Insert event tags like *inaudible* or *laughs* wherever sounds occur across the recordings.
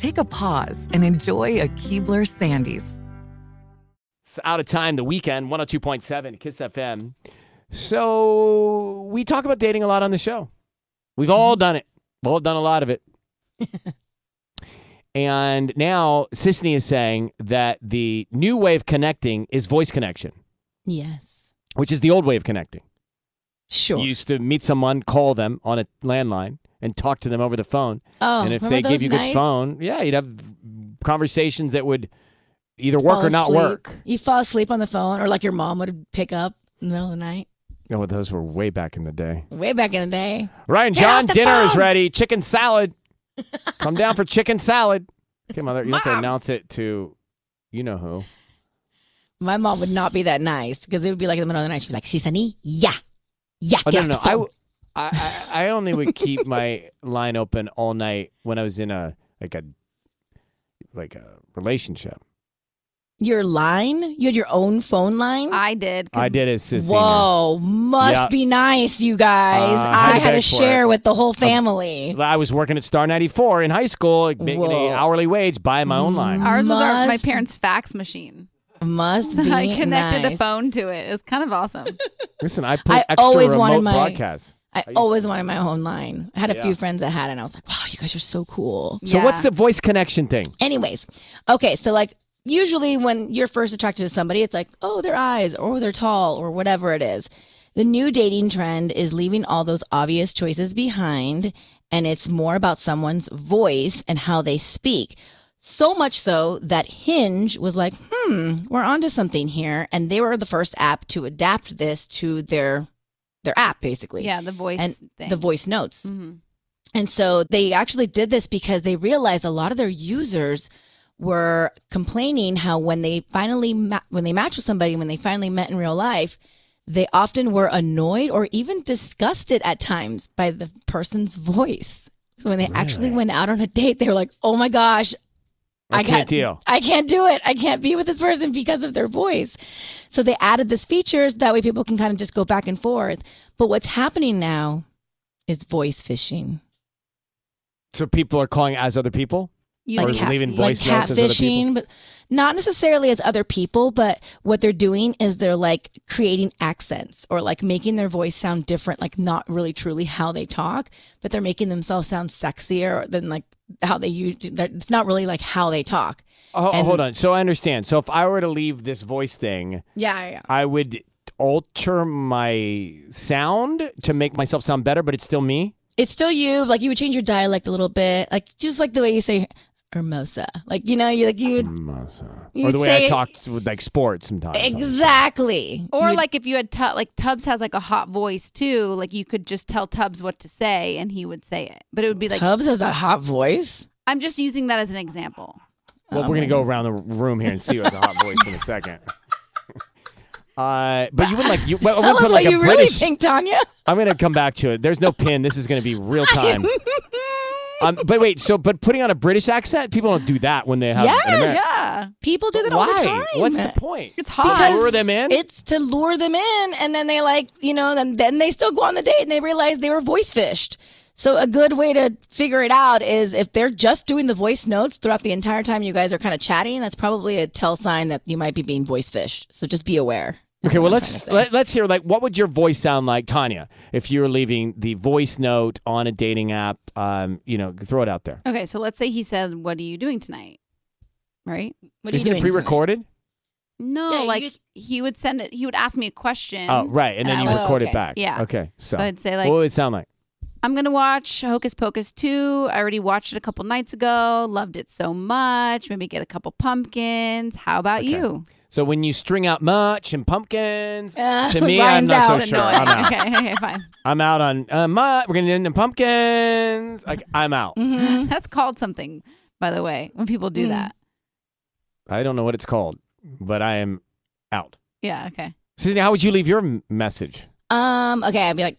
Take a pause and enjoy a Keebler Sandies. It's out of time the weekend, 102.7 Kiss FM. So we talk about dating a lot on the show. We've all done it. We've all done a lot of *laughs* it. and now Sisney is saying that the new way of connecting is voice connection, Yes. which is the old way of connecting. Sure. You used to meet someone, call them on a landline, and talk to them over the phone. oh, and if they remember gave those you good nights? phone, yeah, you'd have conversations that would either work Fall or not asleep. work. You fall asleep on the phone, or like your mom would pick up in the middle of the night. No, Oh, those were way back in the day. Way back in the day. Ryan Get John, off the dinner is phone. ready. Chicken *laughs* salad. Come down for chicken salad. Okay, mother, you have to announce it to you know who. Oh, My mom would not be that nice because it would be like in the middle of the night. She'd be like, Sisani, yeah. Yeah. Oh, get no, no, no. off the I, phone." w- I, I, I only would keep my line open all night when I was in a like a like a relationship. Your line? You had your own phone line? I did. 'cause I did as Sissy. Whoa, must Yeah. be nice, you guys. Uh, I had beg to for share it. with the whole family. I was working at Star 94 in high school, like, making Whoa. Mm. an hourly wage, buying my own line. Ours was our, my Must- parents' fax machine. *laughs* Must be I connected nice. a phone to it. It was kind of awesome. Listen, I put I extra always wanted remote my- broadcasts. I used always to- wanted my own line. I had a Yeah. few friends that had it, and I was like, wow, you guys are so cool. So what's the voice connection thing? Anyways, okay, so like usually when you're first attracted to somebody, it's like, oh, their eyes or they're tall or whatever it is. The new dating trend is leaving all those obvious choices behind, and it's more about someone's voice and how they speak. So much so that Hinge was like, hmm, we're onto something here. And they were the first app to adapt this to their their app basically. yeah the voice And thing. the voice notes. Mhm. And so they actually did this because they realized a lot of their users were complaining how when they finally ma- when they matched with somebody when they finally met in real life, they often were annoyed or even disgusted at times by the person's voice. So when they actually Really? went out on a date, they were like, "Oh my gosh, I, I can't got- deal. I can't do it. I can't be with this person because of their voice. So they added this feature so that way people can kind of just go back and forth. But what's happening now is voice phishing. So people are calling as other people? You Or like have- leaving you- voice like notes as other people? catfishing, but not necessarily as other people, but what they're doing is they're like creating accents or like making their voice sound different, like not really truly how they talk, but they're making themselves sound sexier than like how they use it's not really like how they talk. Oh, And- hold on. So I understand. So if I were to leave this voice thing, Yeah, yeah. I would alter my sound to make myself sound better, but it's still me. it's still you. Like you would change your dialect a little bit, like just like the way you say hermosa. Like you know, you like you would You or the way I say- talked with like sports sometimes. exactly. Oh. Or You'd- like if you had Tub, like Tubbs has like a hot voice too. Like you could just tell Tubbs what to say and he would say it. But it would be like Tubbs has a hot voice. I'm just using that as an example. Well, Oh, we're gonna man. go around the room here and see who has a hot voice in a *laughs* second. Uh, but you would like you. Well, I'm Tell gonna us put what like a you really British. think, Tanya. I'm gonna come back to it. There's no pin. This is gonna be *laughs* real time. Um, but wait, so but putting on a British accent, people don't do that when they have. an Yes! Ameri- Yeah. People do that all the time. Why? What's the point? It's To hot. lure them in? It's to lure them in, and then they like, you know, then then they still go on the date and they realize they were voice fished. So a good way to figure it out is if they're just doing the voice notes throughout the entire time you guys are kind of chatting, that's probably a tell sign that you might be being voice fished. So just be aware. Okay, well let's let, let's hear like what would your voice sound like, Tanya, if you were leaving the voice note on a dating app? Um, you know, throw it out there. Okay, so let's say he said, "What are you doing tonight?" Right? What Isn't are you doing? it pre-recorded? No, Yeah, you like just- he would send it. He would ask me a question. Oh, right, and then I you would- record it okay, back. yeah. Okay, so, So I'd say what like, would it sound like? "I'm gonna watch Hocus Pocus 2. I already watched it a couple nights ago. Loved it so much. Maybe get a couple pumpkins. How about Okay. you?" So when you string out much and pumpkins, *laughs* Uh, to me, I'm Ryan's not so out. sure. No, I'm out. *laughs* okay, okay, fine. *laughs* I'm out on uh, much. We're gonna end in pumpkins. Like I'm out. Mhm. That's called something, by the way. When people do Mm. that, I don't know what it's called, but I am out. yeah, okay. Susan, how would you leave your m- message? Um. Okay. I'd be like,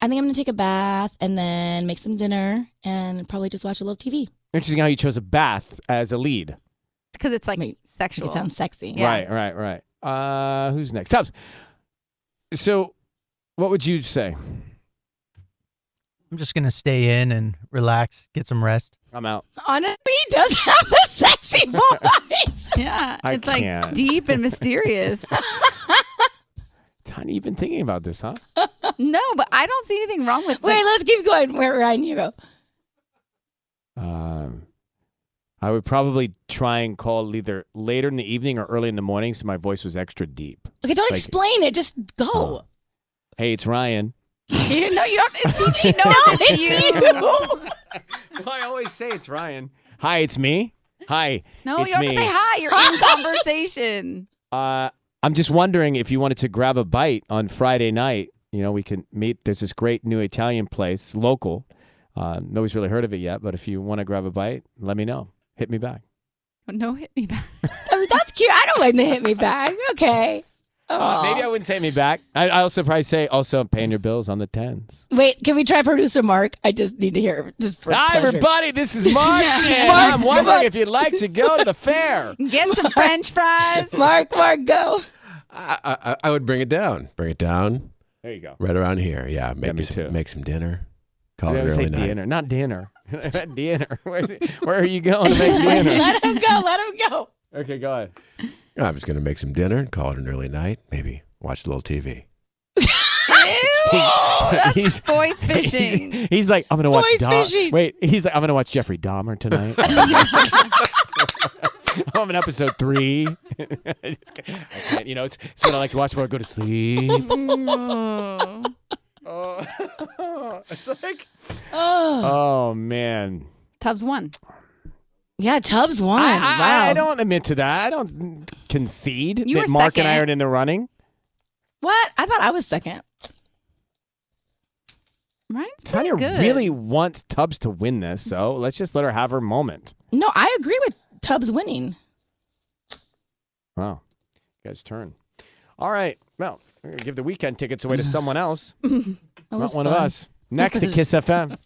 I think I'm gonna take a bath and then make some dinner and probably just watch a little TV. Interesting how you chose a bath as a lead. Because it's like Wait, sexual. It sounds sexy. Yeah. Right, right, right. Uh, who's next? Tubbs. So, what would you say? I'm just gonna stay in and relax, get some rest. I'm out. Honestly, he does have a *laughs* sexy voice. *laughs* yeah, I it's can't. like deep *laughs* and mysterious. Tiny, you've been thinking about this, huh? no, but I don't see anything wrong with Wait, like, let's keep going. Where Ryan, you go. Um, I would probably try and call either later in the evening or early in the morning, so my voice was extra deep. Okay, don't Like- explain it. Just go. *laughs* Oh. Hey, it's Ryan. you. No, you don't. *laughs* She, she knows It's you. well, *laughs* I always say it's Ryan. Hi, it's me. Hi. No, it's you don't me. have to say hi. *laughs* You're in conversation. Uh, I'm just wondering if you wanted to grab a bite on Friday night. You know, we can meet. There's this great new Italian place, local. Uh, nobody's really heard of it yet, but if you want to grab a bite, let me know. Hit me back. No, hit me back. I mean, that's cute. I don't mind they hit me back. Okay. Uh, maybe Aw. I wouldn't say hit me back. I, I also probably say also I'm paying your bills on the tens. Wait, can we try producer Mark? I just need to hear just for Hi, pleasure. everybody. This is Mark, and Mark, I'm wondering Mark. if you'd like to go to the fair. Get some French fries. Mark, *laughs* Mark, go. I, I, I would bring it down. Bring it down There you go. right around here. Yeah, make me some, too. Make some dinner. Call I it always say early night. dinner, not dinner. *laughs* dinner. *laughs* Where's it- Where are you going to make dinner? let him go. Let him go. Okay, go ahead. I'm just gonna make some dinner. Call it an early night. Maybe watch a little TV. *laughs* That's He's- voice fishing. *laughs* He's, he's like, I'm gonna watch. Voice Dom- fishing. Wait, he's like, I'm gonna watch Jeffrey Dahmer tonight. *laughs* I'm in episode three. *laughs* I just can't- I can't- you know, it's, it's what I like to watch before I go to sleep. *laughs* Oh, *laughs* it's like, Oh. oh man, Tubbs one. Yeah, Tubbs won. I, I- wow. I don't admit to that. I don't concede You that were Mark and I second. are in the running. What? I thought I was second. Ryan's pretty Tanya good. really wants Tubbs to win this, *laughs* so let's just let her have her moment. No, I agree with Tubbs winning. Wow, you guys, turn. All right, well, we're gonna give the weekend tickets away to someone else. That Not was one of *laughs* fun. us. Next to Kiss FM.